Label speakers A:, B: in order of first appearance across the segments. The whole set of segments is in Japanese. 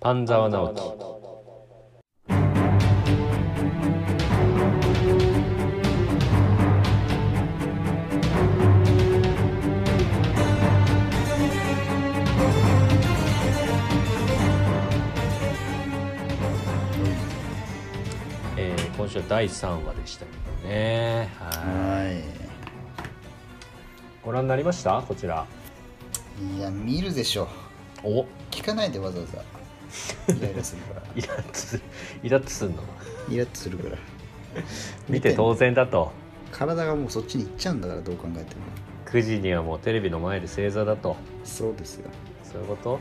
A: 半沢直樹えー今週は第3話でしたけどねはい
B: は
A: ご覧になりましたこちら
B: いいや見るでしょ
A: お
B: 聞かないでわざわざイライラするから
A: イラッとするイラッとするの
B: イラッとするから
A: 見て当然だと
B: 体がもうそっちに行っちゃうんだからどう考えても
A: 9時にはもうテレビの前で正座だと
B: そうですよ、
A: そういうこと
B: うん、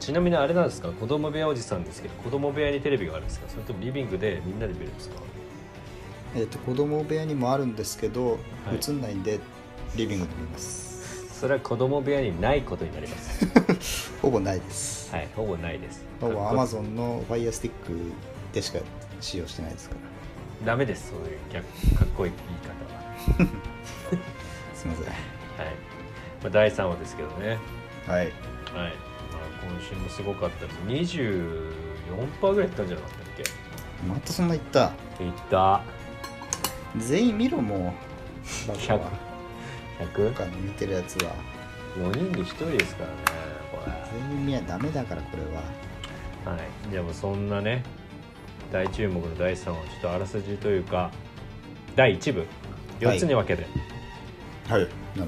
A: ちなみにあれなんですか子供部屋おじさんですけど子供部屋にテレビがあるんですかそれともリビングでみんなで見るんですか
B: えっ、と子供部屋にもあるんですけど、
A: はい
B: 映んないんでリビングで見ます
A: それは子供部屋にないことになります
B: ほぼないです
A: はいほぼないです
B: ほぼ
A: かっ
B: ア
A: こ
B: マゾンの Fire Stick でしか使用してないですから
A: ダメですそういう逆かっこいい言い方は
B: すいませ
A: はい、まあ、第3話ですけどね
B: んはい
A: はい、まあ、今週もすごかったです24%ぐらいいったんじゃなかったっ
B: またそんな言った
A: けいった
B: 全員見ろもう バカは
A: 100?4
B: 他の見てるやつは
A: 人に1人ですからねこれ
B: 全員見やダメだからこれは
A: はい、じゃあもうそんなね大注目の第3話ちょっとあらすじというか第1部4つに分けて、
B: はいなるほ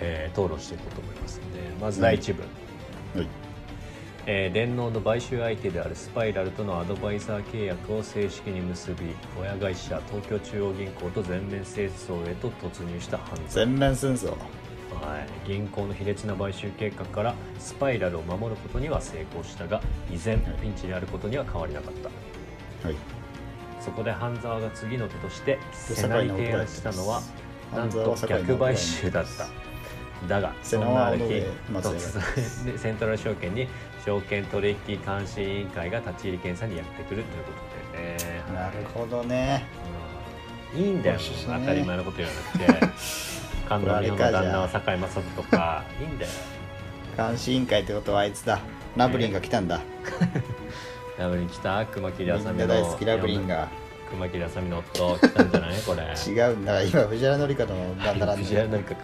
A: えー討論していこうと思いますのでまず第1部、
B: どはい
A: えー電脳の買収相手であるスパイラルとのアドバイザー契約を正式に結び親会社東京中央銀行と全面戦争へと突入した犯罪
B: 全面戦争
A: はい、銀行の卑劣な買収計画からスパイラルを守ることには成功したが依然ピンチであることには変わりなかった、
B: はい
A: そこで半沢が次の手として瀬名
B: 堺
A: に
B: の
A: 提案したのはなん
B: 半
A: と
B: 沢堺の
A: 逆買収だっただがそ
B: 瀬
A: ん
B: 名
A: な
B: は
A: あ
B: あ
A: る
B: の
A: 日
B: 上松江が
A: 突然セントラル証券に証券取引監視委員会が立ち入り検査にやってくるということでね
B: なるほどね
A: うんいいんだよ、
B: よし
A: 当
B: ね
A: たり前のこと言わなくて菅野美穂の旦那は堺雅人とかいいんだよ
B: 監視委員会ってことはあいつだラブリンが来たんだ、
A: ラブリン来た熊切あ
B: み
A: さ
B: ん
A: み
B: な
A: の
B: 大好きラブリンが
A: 熊切あさみの夫来たんじゃないこ れ
B: 違うんだ今藤原紀香の旦那なん
A: 藤原
B: だ
A: 紀香か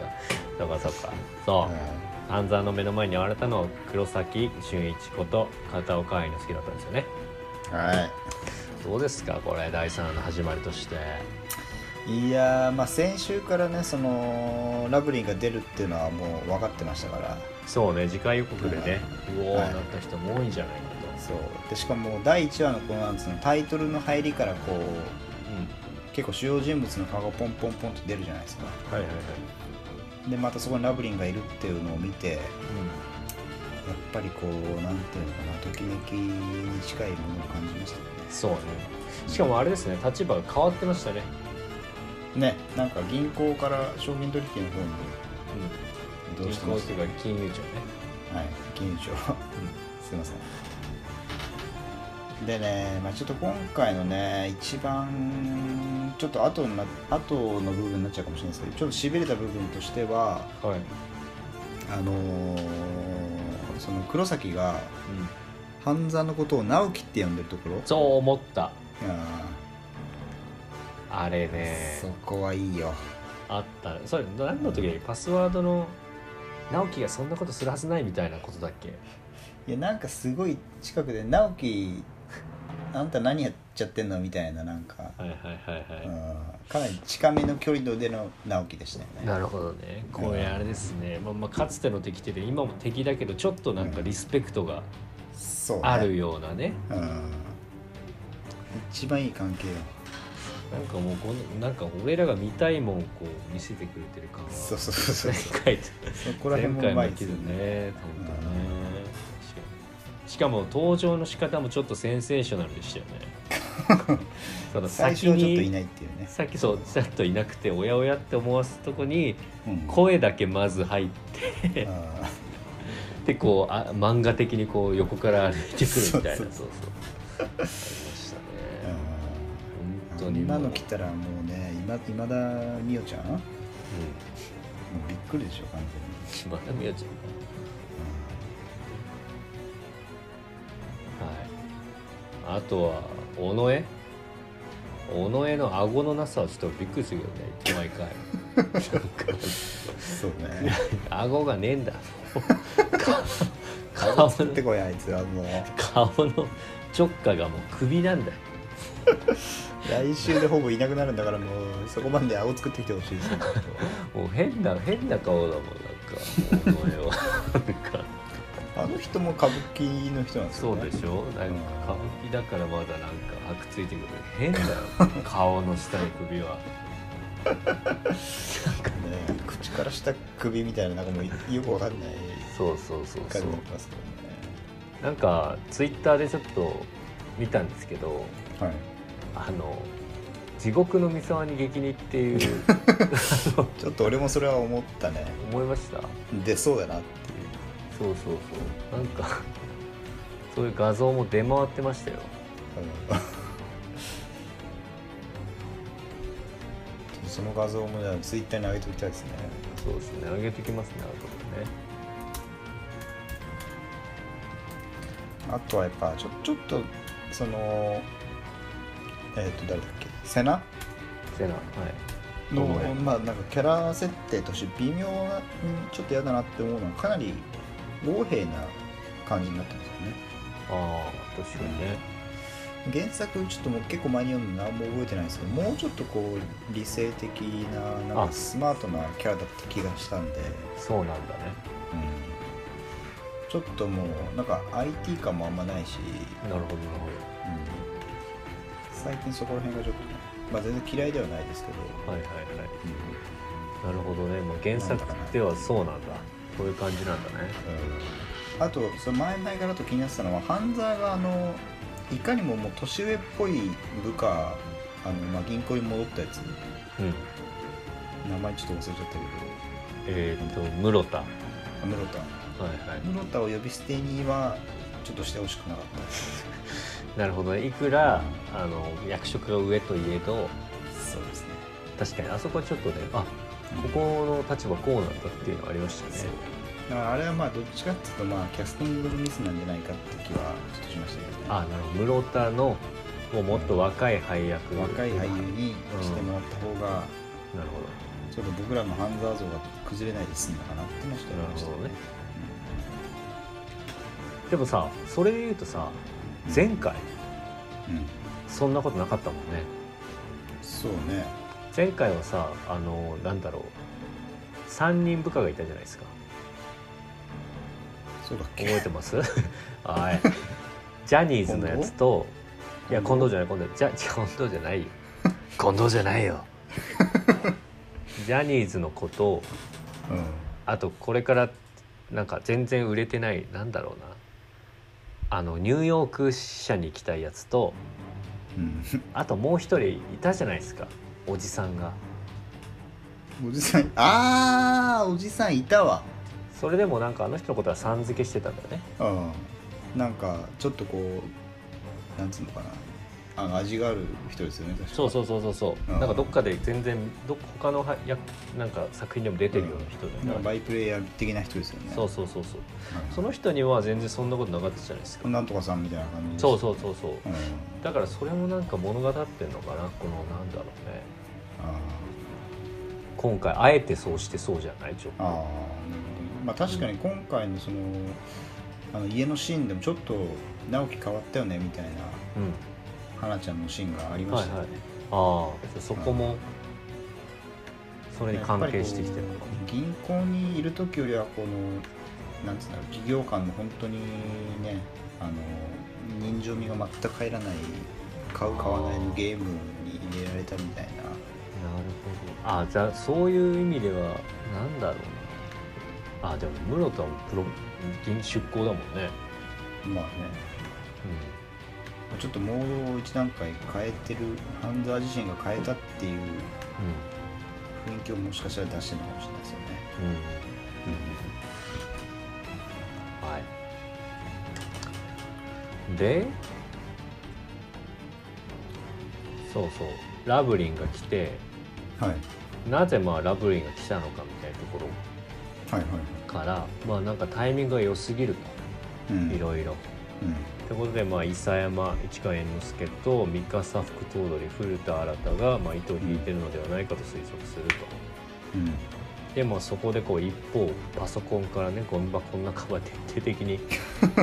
A: そうかそうかそう、半沢の目の前に現れたのは黒崎俊一こと片岡愛之助だったんですよね
B: うんは
A: どうですかこれ第3の始まりとして
B: いいやーまあ先週からねそのラブリンが出るっていうのはもう分かってましたから
A: そうね次回予告でね、うおー、
B: はい
A: なった人も多いんじゃないか
B: そうでしかも第1話のこのなんつうのタイトルの入りからこう
A: と、うん、
B: 結構主要人物の顔がポンポンポンと出るじゃないですか
A: はいはいはい、
B: でまたそこにラブリンがいるっていうのを見てやっぱりこうなんていうのかなときめきに近いものを感じました
A: うん、そうねしかもあれですね立場が変わってましたね、
B: ねねなんか銀行から証券取引の方に
A: うん、
B: 移動
A: 銀
B: してま
A: 行
B: す
A: というか金融庁ね、
B: はい金 融庁すいませんでね、まあ、ちょっと今回のね一番ちょっと後にな後の部分になっちゃうかもしれないですけどちょっとしびれた部分としては
A: うん、はい、
B: あのーその黒崎
A: う
B: が
A: ん、
B: 半沢のことを直樹って呼んでるところ
A: そう思った
B: あ
A: あれ
B: ー
A: ね
B: そこはいいよ
A: あったそれ何の時だっけパスワードの直樹がそんなことするはずないみたいなことだっけ
B: いやなんかすごい近くで「直樹あんた何やっちゃってんの?」みたいななんか、
A: はいはいは
B: う
A: いは
B: ん、かなり近めの距離のでの直樹でしたよ
A: い
B: ね
A: なるほどねこれあれですね、まあ、まあかつての敵ってね今も敵だけどちょっとなんかリスペクトが
B: そう、ね、
A: あるようなね
B: うん一番いい関係よ
A: なんかもうこのなんか俺らが見たいもんをこう見せてくれてる感が
B: そうそうそうそう
A: 前回と
B: そこら
A: 前
B: 辺もう
A: 回
B: ま
A: の
B: いです
A: 記
B: よ
A: 事
B: ね
A: ね本当ねしかも登場の仕方もちょっとセンセーショナルでしたよね その
B: 最
A: 先
B: 初はちょっとい
A: に
B: ないっていうね、
A: さっきそうちゃんといなくておやおやって思わすとこに
B: うん、
A: 声だけまず入って
B: うん
A: でこうあ漫画的にこう横から歩いてくるみたいなそそう
B: そうう
A: ありました
B: う
A: ね
B: ん
A: 本
B: そ
A: 当に
B: ん
A: も
B: な
A: う
B: の来たらもうね今今田美桜ちゃんもうびっくりでしょ完
A: うんまたみよちゃん
B: 全に、
A: あとは尾上尾上の顎のなさはちょっとびっくりするよね毎 回なんか
B: そうね
A: 顎がね えんだ顔
B: 顔
A: の
B: 作ってこいあいつはもう
A: 顔の直下がもう首なんだよ
B: 来週でほぼいなくなるんだからもうそこまで青作ってきてほしいですね
A: もう変な変な顔だもんなんか尾上はなんか
B: あの人も歌舞伎の人なんです
A: そ
B: よ
A: う
B: ね
A: でしょなんか歌舞伎だからまだなんか白ついてくる変だよ顔の下の首は
B: ね口から下首みたいななんかもうよくわかんない
A: そうそうそうそ
B: 感
A: う
B: じになってますけどね
A: なんかツイッターでちょっと見たんですけど
B: はい
A: あの地獄の三沢に激似っていう
B: ちょっと俺もそれは思ったね
A: 思いました
B: 出そうだなって
A: そうそうそうなんかそういう画像も出回ってましたよ
B: うんその画像もじゃあツイッターに上げておきたいですね
A: そうですね上げてきますねあとね
B: あとはやっぱちょちょっとそのえっ、と誰だっけセナ
A: セナはい
B: の、
A: はい
B: まあなんかキャラ設定として微妙なうんちょっと嫌だなって思うのはかなり横柄な感じになってますよね
A: ああ確かにね
B: 原作ちょっともう結構前に読んで何も覚えてないんですけどもうちょっとこう理性的ななん
A: あ
B: かスマートなキャラだった気がしたんで、
A: そうなんだね
B: うんちょっともうなんか IT 感もあんまないし、
A: なるほどなるほ
B: 最近そこら辺がちょっとね、まあ、全然嫌いではないですけど、
A: どはいはいはいなるほどねもう原作
B: なんだかな
A: ではそうなんだそういう感じなんだね
B: あとその前々からと気になってたのは半沢があのいかにももう年上っぽい部下あの、まあ、銀行に戻ったやつ
A: うん
B: 名前ちょっと忘れちゃったけど
A: えっ、ー、と室田は
B: あ室田
A: いはい
B: 室田を呼び捨てにはちょっとしてほしくなかっ
A: なるほどねいくらあの役職が上といえど
B: たそうですね
A: 確かにあそこはちょっとねあここの立場こうなんだっていうのはありましたね
B: だからあれはまあどっちかっていうとまあキャスティングのミスなんじゃないかって気はちょっとしましたけどね
A: あなるほど室田のもうもっと若い配役
B: 若い俳優
A: なる
B: にしてもらった方が、
A: ほど
B: ちょっと僕らの半沢像が崩れないで済んだかなってました
A: なるほどねでもさそれで言うとさ前回
B: うん、うん
A: そんなことなかったもんね
B: そうね
A: 前回はさあのなんだろう3人部下がいたじゃないですか
B: そうだっけ
A: 覚えてます はいジャニーズのやつといや近藤じゃない近藤じゃじゃ近藤じゃないよ近藤じゃないよジャニーズの子と
B: う
A: あとこれからなんか全然売れてないなんだろうなあのニューヨーク支社に行きたいやつと
B: ん、
A: あともう一人いたじゃないですかおじさんが
B: うん、おじさんあーおじさんいたわ
A: それでもなんかあの人のことはさん付けしてたんだよね
B: うんなんかちょっとこうなんつうのかなあの味がある人ですよね確か
A: そうそうそうそうそう、
B: うん
A: なんかどっかで全然どっ他のはやなんか作品でも出てるような人だ
B: なん
A: よ
B: か
A: ね、
B: バイプレイヤー的な人ですよね
A: そうそうそうそう
B: うん
A: その人には全然そんなことなかったじゃないですか、
B: なんとかさんみたいな感じ
A: そう
B: う、
A: そうそうそう
B: うん、
A: だからそれもなんか物語ってんのかなこのなんだろうね
B: あ
A: 今回あえてそうしてそうじゃないちょっ
B: ーあーなるほどまあ確かに今回のそのあの家のシーンでもちょっと直樹変わったよねみたいな
A: とうん
B: 花ちゃんのシーンがありましたよね、
A: はいはいああそこもそれに関係してきてるのか
B: やっぱりこう銀行にいる時よりはこのなんつうんだろう企業間の本当にねあの人情味が全く入らない買う買わないのゲームに入れられたみたいな
A: なるほどあじゃあそういう意味ではなんだろうなあでも室田もプロ銀出向だもんね、
B: まあねちょっとモードを一段階変えてるハンザー自身が変えたっていう雰囲気をもしかしたら出してるのかもしれないですよね
A: うんうんはいでそうそうラブリンが来て
B: はい
A: なぜまあラブリンが来たのかみたいなところ
B: はいは
A: か
B: い
A: らまあなんかタイミングが良すぎる
B: うん
A: といろいろっ
B: うん
A: てこことで、まあ、伊佐山市川猿之助と三笠副頭取古田新太が、まあ、糸を引いてるのではないかと推測すると。
B: うん
A: でもそこでこう一方パソコンからねゴミ箱の中まで徹底的に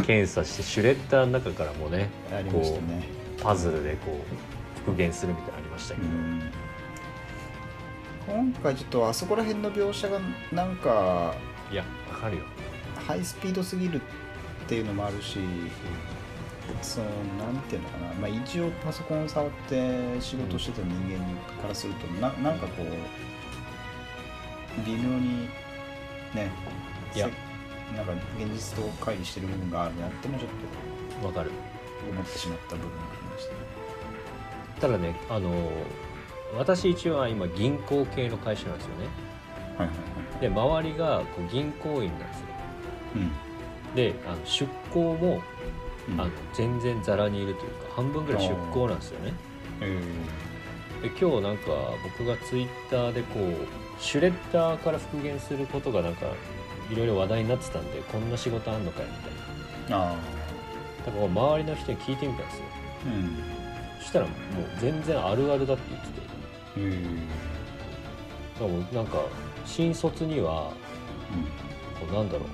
A: 検査してシュレッダーの中からもね
B: ありましたね
A: パズルでこう復元するみたいなのありましたけ
B: う
A: ど、
B: ん今回ちょっとあそこら辺の描写がなんか
A: いやわかるよ、
B: ハイスピードすぎるっていうのもあるしそのなんていうのかな、まあ、一応パソコンを触って仕事してた人間からするとななんかこう微妙にね
A: いや
B: せなんか現実と乖離してる部分があるなってもちょっと
A: うんわかる
B: 思ってしまった部分がありましたね
A: ただねあの私一応は今銀行系の会社なんですよね
B: はいはいはい
A: で周りがこう銀行員なんですよであの出向も
B: うん、うん
A: あの全然ざらにいるというか半分ぐらい出向なんですよね
B: え
A: で今日なんか僕がツイッターでこうシュレッダーから復元することがなんかいろいろ話題になってたんでこんな仕事あんのかよみたいな
B: ー、ああ
A: だからこう周りの人に聞いてみたんですよ
B: うん
A: そしたらもう全然あるあるだって言ってて
B: えー
A: だからもうなんか新卒には
B: うん
A: こうなんだろ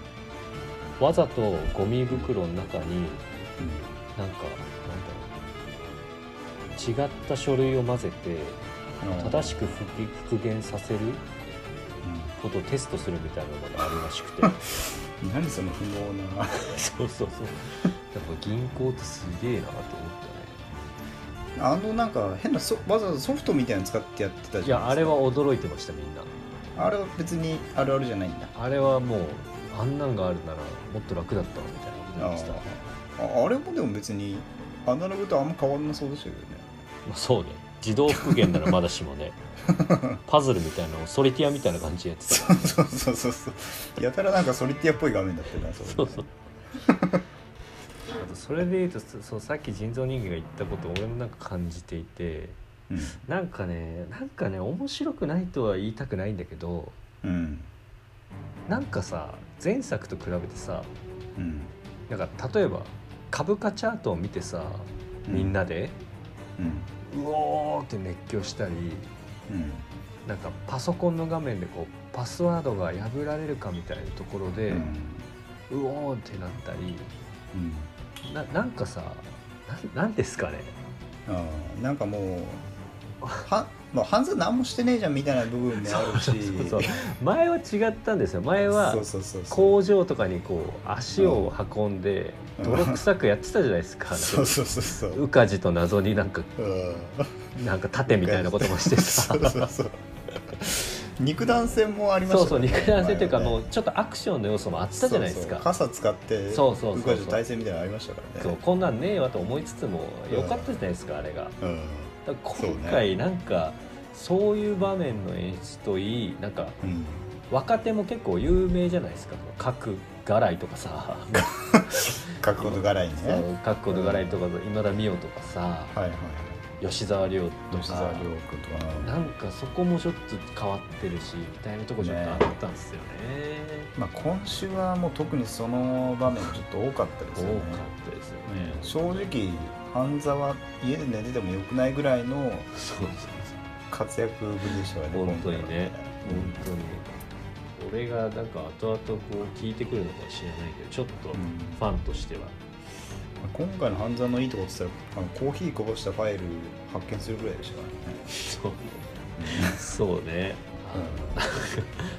A: うわざとゴミ袋の中になんかなんだろう違った書類を混ぜて
B: うん
A: 正しく復復元させることをテストするみたいなのがあるらしくて
B: うん何その不毛な
A: そうそうそうだから銀行ってすげえなと思っ
B: あのなんか変なソわざわざソフトみたいなの使ってやって
A: た
B: た
A: ねい
B: じゃ
A: や
B: な
A: あ
B: い
A: れ
B: です
A: は驚いてましたみんな
B: かあれは別にあるあるじゃないんだ
A: あれはもうあんなんがあるならもっと楽だったわみたいなこと言
B: あ
A: ってた、ま
B: ああれもでも別にアナログとあんま変わんなそうでしたけどね
A: あ、そうね自動復元ならまだしも ねパズルみたいなのをソリティアみたいな感じでやってた
B: そうそうそうそうやたらなんかソリティアっぽい画面だったよなそれ
A: そうそうあとそれで言うとそそうさっき人造人間が言ったことを俺もなんか感じていて
B: うん
A: なんかねなんかね面白くないとは言いたくないんだけど
B: うん
A: なんかさ前作と比べてさ
B: うん
A: なんか例えば株価チャートを見てさみんなで、
B: うん
A: うおーって熱狂したり
B: うん
A: なんかパソコンの画面でこうパスワードが破られるかみたいなところで、
B: う
A: うんおーってなったり
B: うん
A: ななんかさななんですかね
B: ああなんかもうはもう犯罪何もしてねえじゃんみたいな部分もあるし
A: そう前は違ったんですよ前は
B: そうそうそうそう
A: 工場とかにこう足を運んで
B: うん
A: 泥臭くやってたじゃないですか
B: そうそうそうそう
A: うかじと謎になんか
B: うん
A: なんか盾みたいなこともしてさ
B: そうそうそう肉弾戦もありまし
A: そ
B: た
A: うそう肉弾戦っていうかも
B: う
A: うちょっとアクションの要素もあったじゃないですか
B: 傘使って
A: そうそうそうそう
B: ウカジと対戦みたいなのありましたからね
A: そうこんなんねえわと思いつつも良かったじゃないですかあれがだか
B: うん
A: ら今回なんかそういう場面の演出といいなんか
B: うん
A: 若手も結構有名じゃないですか各ガライとかさ
B: 覚悟の柄にね
A: そうカッコのガライとか今田美桜とかさ
B: はいはい
A: 吉沢亮と
B: 吉沢
A: か
B: 亮君とか
A: なんかそこもちょっと変わってるしみたいなとこちょっとあったんですよね
B: まあ今週はもう特にその場面ちょっと多かったです
A: 多
B: よね
A: かったですよね、
B: うん
A: そう
B: 正直半沢家で寝ててもよくないぐらいの
A: そうそう
B: 活躍ぶりでしたよね
A: 本当にね
B: う
A: 本当に俺がなんか後々こう聞いてくるのかは知らないけどちょっと
B: ん
A: ファンとしては、
B: 今回の犯罪のいいとこって言ったらあのコーヒーこぼしたファイル発見するぐらいでしたからね
A: そうそうねあ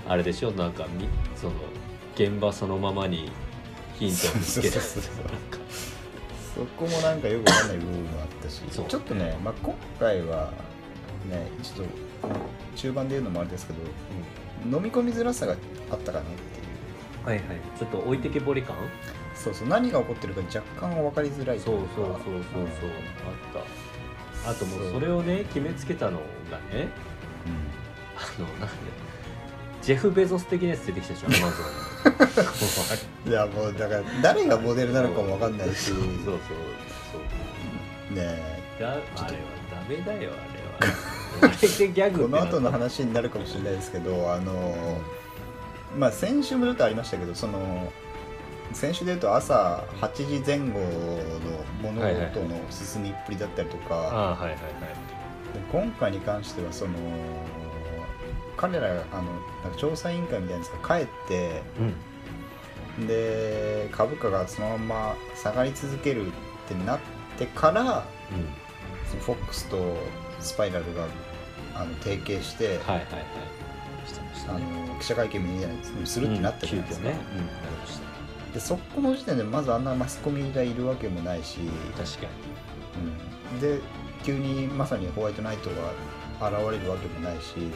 A: のあれでしょなんかみその現場そのままにヒントを見つけ出す
B: そうそうそうそう
A: なんか
B: そこもなんかよくわかんない部分もあったし
A: そう
B: ちょっとね、まあ、今回はねちょっと中盤で言うのもあれですけど飲み込みづらさがあったかなっていう
A: はいはいちょっと置いてけぼり感
B: そうそう何が起こってるか若干分かりづらいと
A: そう
B: いか
A: そうそうそうそうあったあともうそれをね決めつけたのがねあのなんでジェフ・ベゾス的なやつ出てきたでしょアマゾ ン
B: うんいやもうだから誰がモデルなのかも分かんないし
A: そうそうそう
B: ねえ
A: だあれはダメだよあれはあれでギャグ
B: こ
A: ってな
B: の
A: った
B: 後の話になるかもしれないですけどあのまあ先週もちょっとありましたけどその先週で言うと朝8時前後のもう物事の進みっぷりだったりとか、
A: ああはいはいはい
B: で今回に関してはその彼らあのなんか調査委員会みたいなやつが帰って
A: うん
B: で株価がそのまま下がり続けるってなってから
A: う
B: そのフォックスとスパイラルがあの提携して
A: ん、はいはいはいしてました
B: あ
A: ね
B: の記者会見みたいなのするってなったじゃないですか、
A: うん急遽ね、うん、なりました
B: でそこの時点でまずあんなマスコミがいるわけもないし、
A: 確かに
B: うん、で急にまさにホワイトナイトが現れるわけもないし、ね、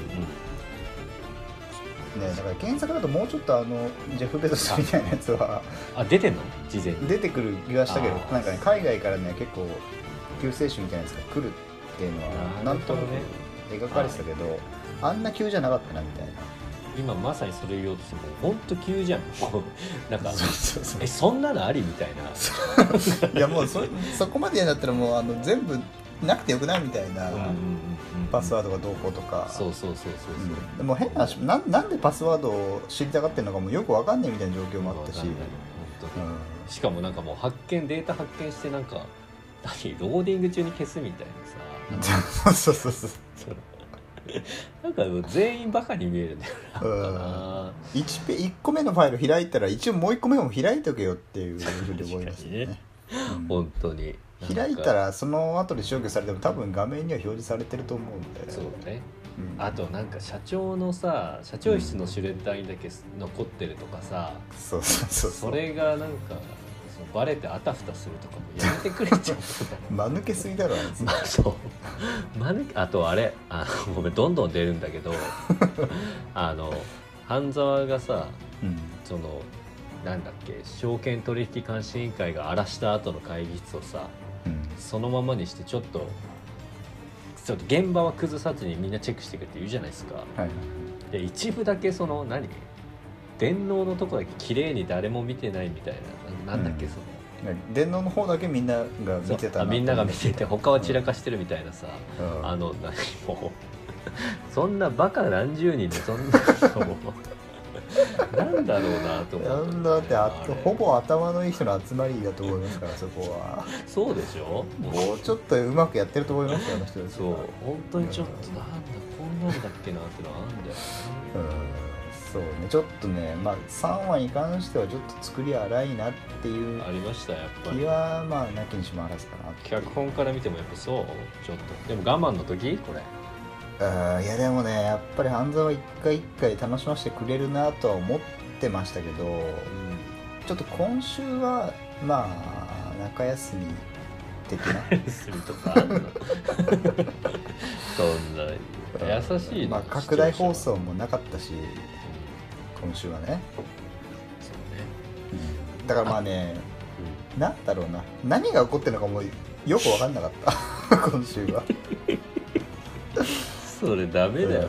B: だから原作だともうちょっとあのジェフ・ベゾスみたいなやつは
A: あ出てんの事前に
B: 出てくる気がしたけど
A: あー
B: なんかね海外からね結構救世主みたいなやつが来るっていうのはなんとな
A: ね
B: く描かれてたけどあんな急じゃなかったなみたいな
A: 今まさにそれ言おうとしてもうほんと急じゃんもうなんか
B: そうそうそ
A: えそんなのありみたいな
B: ういやもうそそこまでやだったらもうあの全部なくてよくないみたいなパスワ
A: ー
B: ードがどうこうとか
A: そうそうそうそうそう、
B: うんでも変な話なんなんでパスワードを知りたがってるのかもよくわかんないみたいな状況もあったし、
A: わかんない本当にしかもなんかもう発見データ発見してなんか何ローディング中に消すみたい
B: うん
A: なさ
B: そうそうそう
A: そのなんかもう全員バカに見えるんだよな
B: うん
A: あ
B: 1, ペ1個目のファイル開いたら一応もう1個目も開いとけよっていうふうに思いますよね
A: ー
B: うん
A: 本当に
B: 開い
A: な
B: た
A: んから
B: その後で消去されても多分画面には表示されてると思うんで
A: そうね
B: うん
A: あとなんか社長のさ社長室のシュレッダーにだけ残ってるとかさ、
B: そうそうそう
A: それがなんかそうバレてあたふたするとかもやめてくれちゃう
B: 間抜けすぎだろあいつ
A: まあそう、まぬあとあれあのごめんどんどん出るんだけ どあの半沢がさ
B: うん
A: そのなんだっけ証券取引監視委員会が荒らした後の会議室をさ
B: うん
A: そのままにしてちょっとちょっと現場は崩さずにみんなチェックしてくれって言うじゃないですか。
B: はい
A: で一部だけその何電脳のとこだけ綺麗に誰も見てないみたいなななんだっけ
B: うん
A: その、
B: 電脳の方だけみんなが見てた
A: あみんなが見てて他は散ら
B: か
A: かしてるみたいなさ、あの何もう そんなバカ何十人でそんな もうなんだろうなと思
B: な
A: って、
B: んだってあと
A: れ
B: ほぼ頭のいい人の集まりだと思いますからそこは
A: そうでしょ
B: もうちょっとうまくやってると思いますよあの人たちは
A: そう本当にちょっとなんだこんなんだっけなってのはあるんだよ
B: うんそうねちょっとねまあ3話に関してはちょっと作り荒いなっていう
A: なありましたやっぱ
B: 気
A: り
B: はまあなきにしもあらずかなっていう
A: 脚本から見てもやっぱそうちょっとでも我慢の時これ
B: うんいやでもねやっぱり半沢は一回一回楽しませてくれるなとは思ってましたけどちょっと今週はまあ中休み的な
A: するとかあんのそんな 優しいな
B: まあ、拡大放送もなかったし今週はね
A: そうね
B: だからまあねなんだろうな何が起こってるのかもうよく分かんなかった 今週は
A: それダメだよね、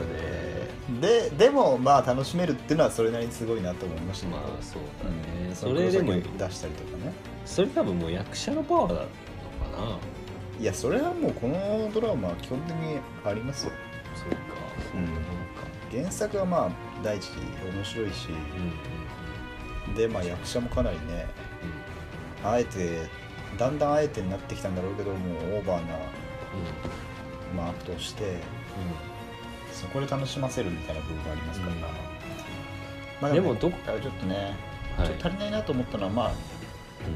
B: ででもまあ楽しめるっていうのはそれなりにすごいなと思いましたけど、
A: まあそうだね、
B: うん、
A: それでも
B: の黒崎を出したりとかね
A: それ多分もう役者のパワーなのかない
B: やそれはもうこのドラマは基本的にありますよ
A: そうかそういうものか
B: 原作はまあ第一面白いし
A: うんうんうん
B: でまあ役者もかなりねあえてだんだんあえてになってきたんだろうけどもうオーバーな、まあ、アクトをしてそこで楽しませるみたいな部分がありますから、
A: うん
B: まあ
A: でもどこ
B: 今回はちょっとね、
A: うん
B: ちょっと足りないなと思ったのはまあ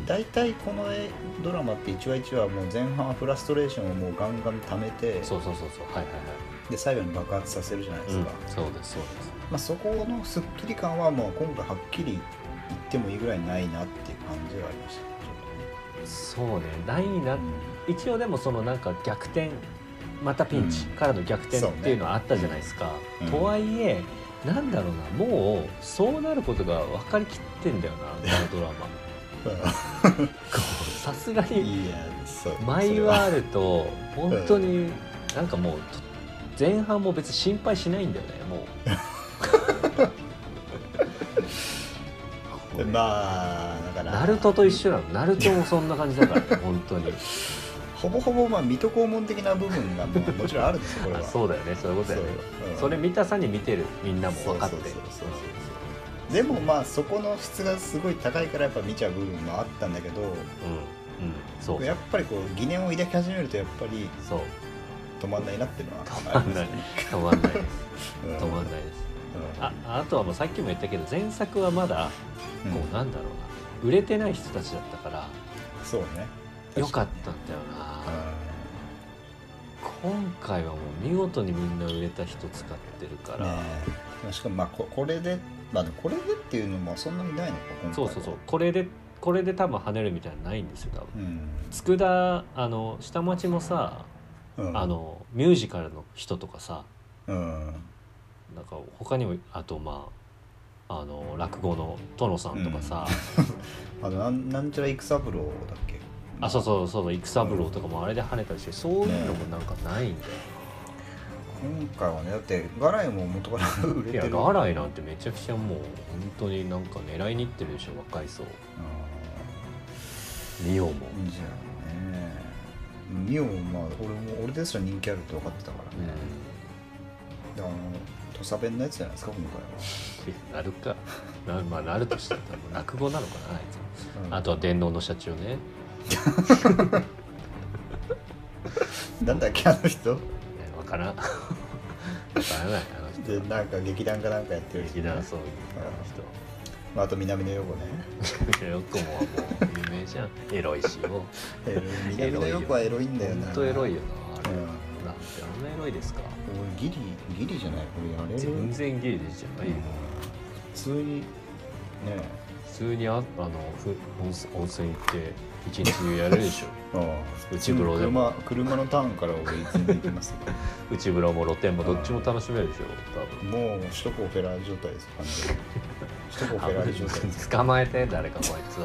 B: 大体この絵ドラマって1話1話もう前半はフラストレーションをもうガンガン溜めて
A: そうそうそうそうはいはい
B: で最後に爆発させるじゃないです
A: はい、
B: か、
A: そうですそうです
B: まあ、そこのスッキリ感はもう今回はっきり言ってもいいぐらいないなっていう感じはありましたね
A: そうねないな
B: ちょっとね
A: 一応でもそのなんか逆転またピンチ
B: うん
A: からの逆転っていうのはあったじゃないですか、
B: そうねうん
A: とはいえなんだろうなもうそうなることが分かりきってんだよなこのドラマさすが
B: うん
A: に
B: いやそう
A: マイワールド本当になんかもうと前半も別に心配しないんだよね も
B: それ
A: う
B: はまあだから
A: ナルトと一緒なのナルトもそんな感じだからね本当に
B: ほぼほぼまあ水戸黄門的な部分がもうもちろんあるんですよこ れ
A: あ
B: は
A: そうだよねそういうことだよね
B: そううん
A: それ見たさに見てるみんなも分かってる
B: そうそうそうでもまあそこの質がすごい高いからやっぱ見ちゃう部分もあったんだけど
A: うんうんそう
B: やっぱりこう疑念を抱き始めるとやっぱり
A: そう
B: 止まんないなっていうのは
A: 止まんない止まんないです止まんないです
B: あ
A: ああとはもうさっきも言ったけど前作はまだ
B: りますねうん
A: こうなんだろうな売れてない人たちだったから
B: うんそうね
A: 良かっ
B: 確
A: たんだよ
B: かに
A: な
B: ね
A: 今回はもう見事にみんな売れた人使ってるか
B: うん
A: ら、
B: ねえしかもまあここれでまあでもこれでっていうのもそんなにないのか今回は
A: そうそうそうこれでこれで多分跳ねるみたいなのないんですよ多分
B: うん
A: 佃あの下町もさ、
B: うん
A: あのミュージカルの人とかさ
B: うん
A: なんか他にもあとまああの落語の殿さんとかさ、
B: あのなんなんちゃら育三郎だっけ
A: あそうそうそうそう育三郎とかもあれで跳ねたりしてそういうのもなんかないんだよ
B: 今回はねだってガライも元から売れ
A: い
B: て
A: や
B: る
A: ガライなんてめちゃくちゃもう本当になんか狙いにいってるでしょ若い層ミオも
B: いいんじゃんねミオもまあ俺も俺ですら人気あるって分かってたから
A: うん
B: ね、であの土佐弁のやつじゃないですか今
A: いやなるかな,、まあ、なるとしたら多分落語なのかなあいつ
B: 回は、うん
A: あとは電脳の社長ね
B: なんだっけあの人
A: えわからんわからないあの人
B: でなんか劇団かなんかやってる人
A: 劇団そういうあの
B: まあ、あと南野陽子ね
A: 人ヨコもはもう有名じゃんエロいしよ
B: エロい南野陽子はエロいんだよな
A: 本当エロいよなあ
B: う
A: れ、
B: ん
A: なんてあんなエロいですか
B: 俺ギリギリじゃないこれあれエロい
A: 全然ギリでじゃないよ、
B: うん普通にね
A: 普通にああのふ温泉温泉行って一日中やるでしょ
B: ああ
A: 内風呂でも
B: 車車のターンから俺全然行き ますよ
A: 内風呂も露天もどっちも楽しめるでしょ
B: もう首都高オペラ状態です完 全に首都
A: 多
B: 高オ
A: 分
B: ペラ
A: 危
B: 状態です
A: ない捕まえて誰かこいつを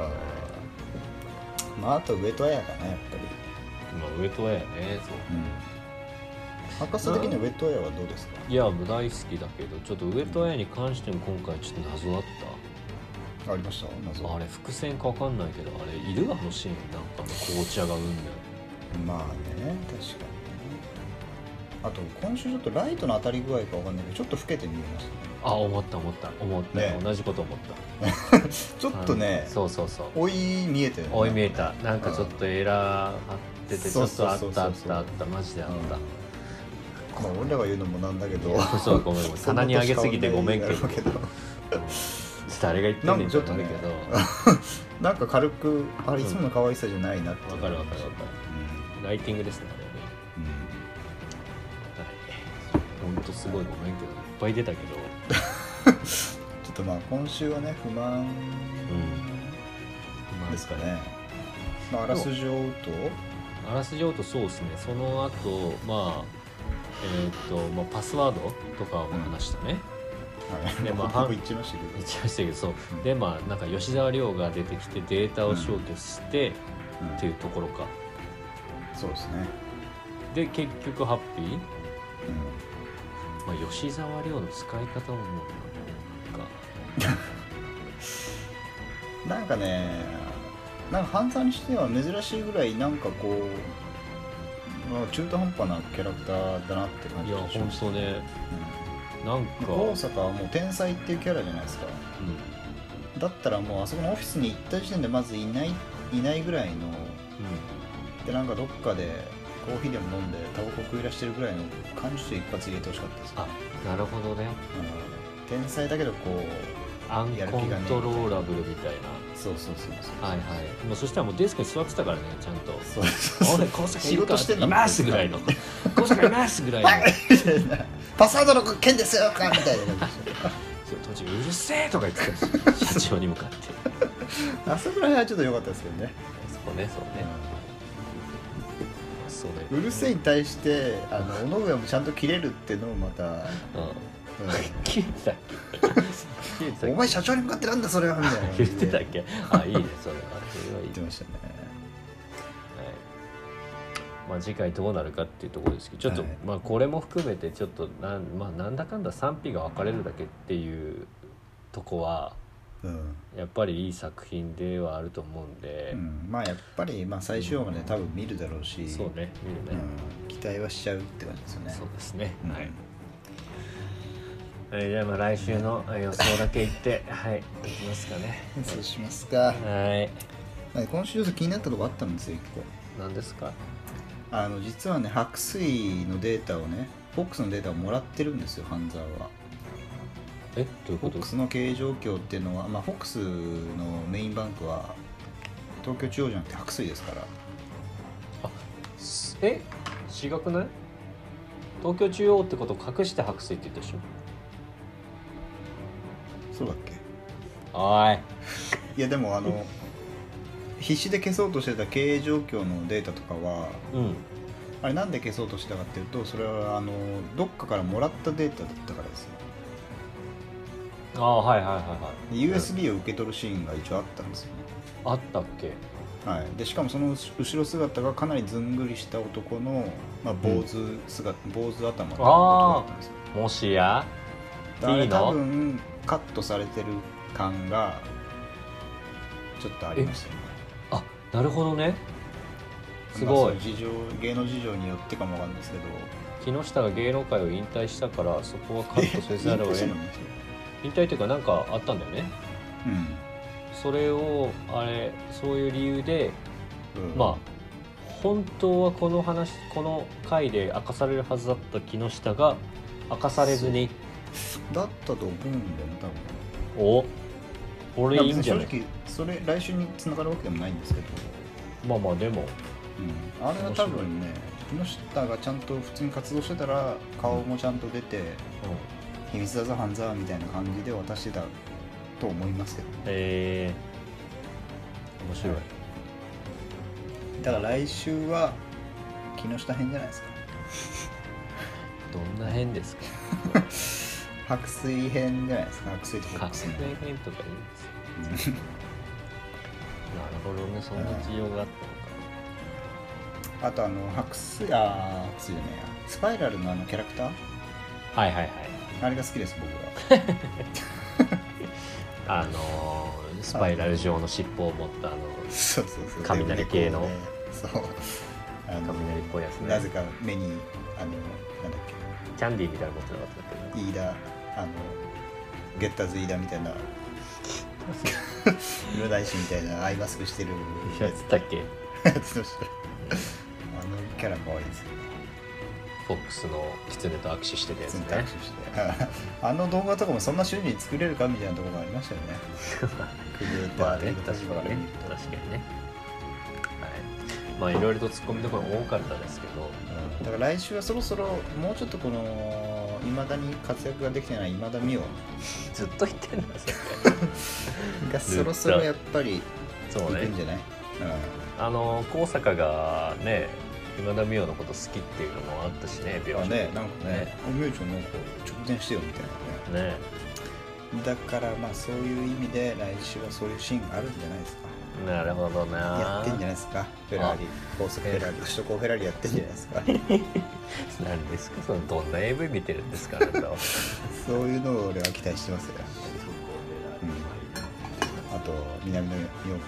B: ああまああと上戸彩かなやっぱり、
A: 今上戸やねそう
B: うん、博士的には上戸彩はどうですか
A: いやもう大好きだけどちょっと上戸彩に関しても今回ちょっと謎だっ
B: ありました謎
A: たあれ伏線かわかんないけどあれいるあのシーンなんかの紅茶がうんぬん
B: まあね確かにねあと今週ちょっとライトの当たり具合かわかんないけどちょっと老けて見えまし
A: あ思った思った思った、
B: ね
A: 同じこと思った
B: たちょっと
A: あ
B: ね
A: のそうそうそう
B: 追い見えたよね
A: おい見えたなんかちょっとエラーあっててち
B: そ
A: ょ
B: う
A: っ
B: そ
A: と
B: う
A: あっ
B: そう
A: た
B: そ
A: あった
B: う
A: あったマジであっ
B: うんまあ俺らが言うのもなんだけど
A: たそうごめんごめん棚に上げすぎてごめんけど
B: そな年変わんな
A: 誰が言ってんねん
B: いだろうなんかちょっとね
A: ってなる
B: け どなんか軽くあれいつもの可愛さじゃないなって
A: けどわかるわかるわかるライティングですねあれね
B: うんうん
A: はい本当すごいごめんけどいっぱい出たけど
B: ちょっとまあ今週はね不満
A: まあ
B: ですかね、まあ、あらすじを追うと
A: あらすじを言うとそうですねその後まあえーっと、まあ、パスワードとかも話したね、
B: はい
A: でまあ
B: 僕僕言っちゃいました
A: 言
B: け
A: っ
B: ど
A: ちゃいましたけどそうでまあなんか吉沢亮が出てきてデータを消去して、
B: うん
A: っていうところか
B: そうですね、
A: で結局ハッピー
B: うん
A: まあ、吉沢亮の使い方ももうなんか
B: なんかねなんか犯罪にしては珍しいぐらいなんかこう、まあ、中途半端なキャラクターだなって感
A: い
B: じ
A: や
B: がし
A: 本
B: ました
A: 当ねなんか、
B: うん大阪はもう天才っていうキャラじゃないですか
A: う
B: だったらもうあそこのオフィスに行った時点でまずいないいないぐらいの
A: んうん
B: でなんかどっかでコーヒーでも飲んでタバコ食いらしてるぐらいの感じで一発入れてほしかったです、
A: あなるほどね
B: うん天才だけどこう
A: アンコントローラブルみたい
B: そうそうそうそう
A: な、はいはいもうそしたらもうデスクに座ってたからねちゃんと
B: そうそう
A: 「
B: そ
A: 俺
B: う
A: 高坂い
B: 仕
A: るか
B: 事してんの
A: います」ぐらいの「高坂います」ぐらいの
B: はいみたいなパスワードの件ですよ かみたいな感じで
A: そう途中「うるせえ」とか言ってたし社長に向かって
B: あそこら辺はちょっと良かったですけどね
A: そこねそうねそうね
B: うるせえに対してあの尾上もちゃんと切れるっていうのもまた、
A: うん
B: う
A: 消えてたっ け消えてた
B: ん
A: っ
B: お前社長に向かってなんだそれはみたいな感
A: け
B: じ
A: 言って
B: で
A: たっけあいいねそれはそれはいい
B: 言ってましたね
A: まあ、次回どうなるかっていうところですけどちょっと、
B: はい
A: まあ、これも含めてちょっとなん,、まあ、なんだかんだ賛否が分かれるだけっていうとこは
B: うん、
A: やっぱりいい作品ではあると思うんで
B: う、ん、まあやっぱり、まあ、最終話まで多分見るだろうし
A: そうね見る
B: う
A: ね、
B: ん、期待はしちゃうって感じですよね
A: そうですね、
B: うん
A: はいえーじゃあまあ来週のえー予想だけ言ってはいいきますかね
B: そうしますか。
A: はい
B: はい今週ちょっと気になったとこあったんですよ、一個。
A: 何ですか
B: あの、実はね、白水のデータをね、フォックスのデータをもらってるんですよ、半沢は。
A: えどういう
B: フ
A: こ
B: ォッ
A: と
B: クスの経営状況っていうのは、まあ、フォックスのメインバンクは、東京中央じゃなくて白水ですから。
A: すえ違くない東京中央ってことを隠して白水って言ったでし
B: そうだっけ
A: ょおい
B: いやでもあの必死で消そうとしてた経営状況のデータとかは
A: うん
B: あれなんで消そうとしたかっていうとそれはあのどっかからもらったデータだったからですよ
A: ああはいはいはいはい
B: で USB を受け取るシーンが一応あったんですよね、
A: あったっけ
B: はい、でしかもその後ろ姿がかなりずんぐりした男の、まあ、坊主姿、坊主頭の男だったんですよ
A: もしや
B: であ
A: いい
B: れ
A: の
B: 多分カットされてる感がちょっとありましたよね
A: あなるほどねす
B: まあ
A: ご
B: そう
A: いう
B: 事情芸能事情によってかもわかんないですけど
A: 木下が芸能界を引退したからそこはカットせざるを得 ない引退というかなんかあったんだよね
B: う
A: それをあれそういう理由で
B: ん、
A: まあ本当はこの話この回で明かされるはずだった木下が明かされずに
B: あだったと思うんだよね多分
A: おこれいい
B: ま
A: ん
B: あ
A: じゃ
B: 正
A: ない
B: 直それ来週に繋がるわけでもないんですけど、
A: まあまあでも
B: うん、あれは多分ね木下がちゃんと普通に活動してたら顔もちゃんと出て、秘密だぞ半沢みたいな感じで渡してたと思いますけど
A: えー、面白い
B: だから来週は木下編じゃないですか
A: どんな変ですか
B: 白水編じゃないですか白水とか
A: 覚醒変とかいいんですよなるほどねそんな事情があった
B: あとあの白水あー白水じゃないやスパイラルのあのキャラクター
A: のかはいはいはい
B: あれが好きです僕は
A: あのー、スパイラル状の尻尾を持ったあの
B: そうそうそう
A: 雷系の
B: でそうあの
A: 雷っぽいやつね
B: なぜか目にあのなんだっ
A: キャンディーみたいなの持ってなかったっけど
B: け飯田あのゲッターズ飯田みたいな室大師みたいなアイマスクしてる
A: や つだっけ
B: やつの人あのキャラ可愛いですよ
A: フォックスの狐と握手してたや
B: 普
A: つ
B: 通に
A: ね
B: 握手してあの動画とかもそんな瞬時に作れるかみたいなところがありまし たよねクリエイタ
A: まあ
B: ーで
A: ね確
B: 立場
A: か
B: から
A: に
B: 見
A: ね
B: ると
A: 確かにねはいまあいろいろと突っ込みどころ多かったですけど
B: うんだから来週はそろそろもうちょっとこのいまだに活躍ができてない今田美桜
A: ずっと言ってんだそれ
B: がそろそろやっぱり
A: そう
B: 行く
A: ね
B: んじゃない、
A: あの高坂がね今田美桜のこと好きっていうのもあったしね
B: う
A: 描
B: ん、あ
A: 写
B: ねなんかね「おみゆちゃんなんか直前してよ」みたいな
A: ねね
B: ねだからまあそういう意味で来週はそういうシーンがあるんじゃないですか
A: なるほどな
B: やってんじゃないですかフェラーリ
A: あ
B: 高速フェラーリ首都高フェラーリやってんじゃないですか
A: 何ですかそのどんな AV 見てるんですかあな たは
B: そういうのを俺は期待してますよあと南野陽子のね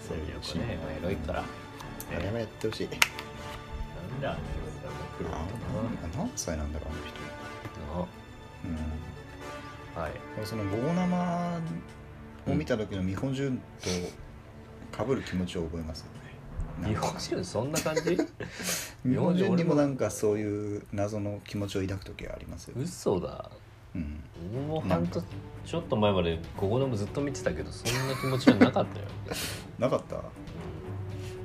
A: そ
B: そうう
A: い
B: いうう
A: こ
B: シ
A: と
B: ーン
A: ねまあエロいから
B: あれもやってほしい
A: なんであんなことが
B: あ
A: 来るのか
B: 何歳なんだろうあの人
A: なはい
B: うん、その棒生を見た時の見本順とかぶる気持ちを覚えますよね
A: 日本人そんな感じ
B: 見本順にも
A: 俺
B: なんかそういう謎の気持ちを抱く時はありますよ、
A: 嘘だ
B: うん、
A: 俺も
B: な
A: 半
B: んか
A: 年ちょっと前までここのもずっと見てたけどそんな気持ちはなかったよ
B: なかった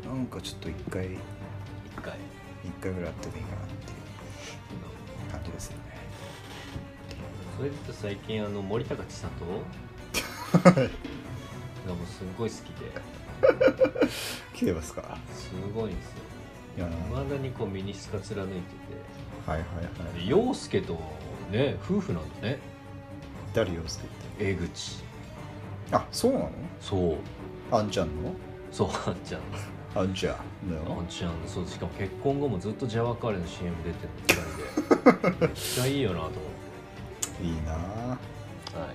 B: なんかちょっと一回一
A: 一回
B: 回ぐらいあったらいいかなっていう感じですよね
A: それって最近あの森高千 里がもうすごい好きで
B: 来てますか
A: すごいんですよ
B: いやー
A: いまだにこうミニスカ貫いて
B: はいはい
A: て
B: は
A: で
B: い
A: 陽介とね夫婦なんだね
B: 誰陽介って
A: 江口
B: あそうなの
A: そう
B: あんちゃんの
A: そうあんちゃん
B: あんちゃんだ
A: あ
B: よ
A: んちゃんそうしかも結婚後もずっとジャワカレーの CM 出てるの2人でめっちゃいいよなと思っ
B: いいなあ
A: てはい、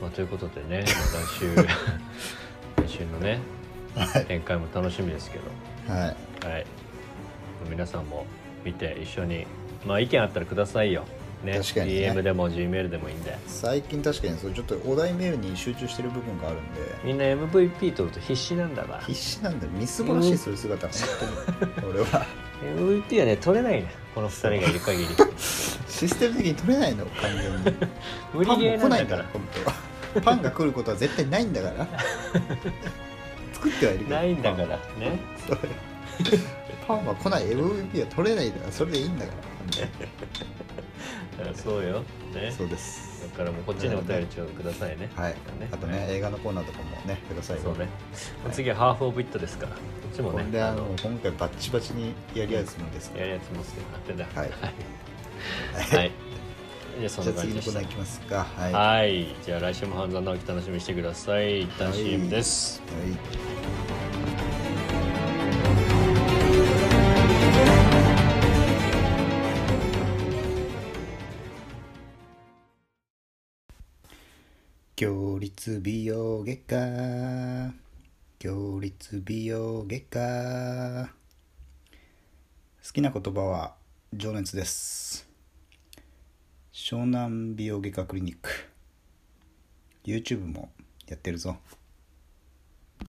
A: まあ、ということでね まあ来週来週のね展開も楽しみですけど
B: はい
A: はい皆さんも見て一緒にまあ意見あったらくださいよね
B: 確かにね
A: DM でも G メールでもいいんで
B: 最近確かにそうちょっとお題メールに集中してる部分があるんで
A: みんな MVP 取ると必死なんだわ
B: 必死なんだよみすぼらしいする姿が本 当に俺は
A: MVP はね取れないねこの2人がいる限り
B: システム的に取れないの完全に
A: 無
B: パ
A: 理
B: ン
A: ゲーなん
B: も来ない
A: だか
B: んだから
A: ら
B: 本当はパンが来ることは絶対ないんだから作ってはいるけど
A: ないんだからね
B: それパンは来ない MVP は取れないんだからそれでいいんだから
A: だからそうよね
B: そうです
A: だからもうこっちにお便りちょうだくださいね
B: はいあとね映画のコーナーとかもねくださいよ
A: そうね次はハーフオブイットですからこっちも
B: ほん
A: ね
B: であ
A: あ
B: の
A: の
B: 今回バッチバチにやり合うつもりですか
A: や
B: ら
A: るやつもすけどなってんだ
B: はい
A: はいはいじゃあそん
B: じゃ
A: な
B: あ
A: 感
B: 次
A: じ
B: の
A: でした
B: コーナーいきますかはいは
A: はいじゃあ来週も半沢直樹楽しみにしてください一旦
B: はい
A: CM です
B: い強立美容外科強立美容外科好きな言葉は情熱です湘南美容外科クリニック YouTube もやってるぞ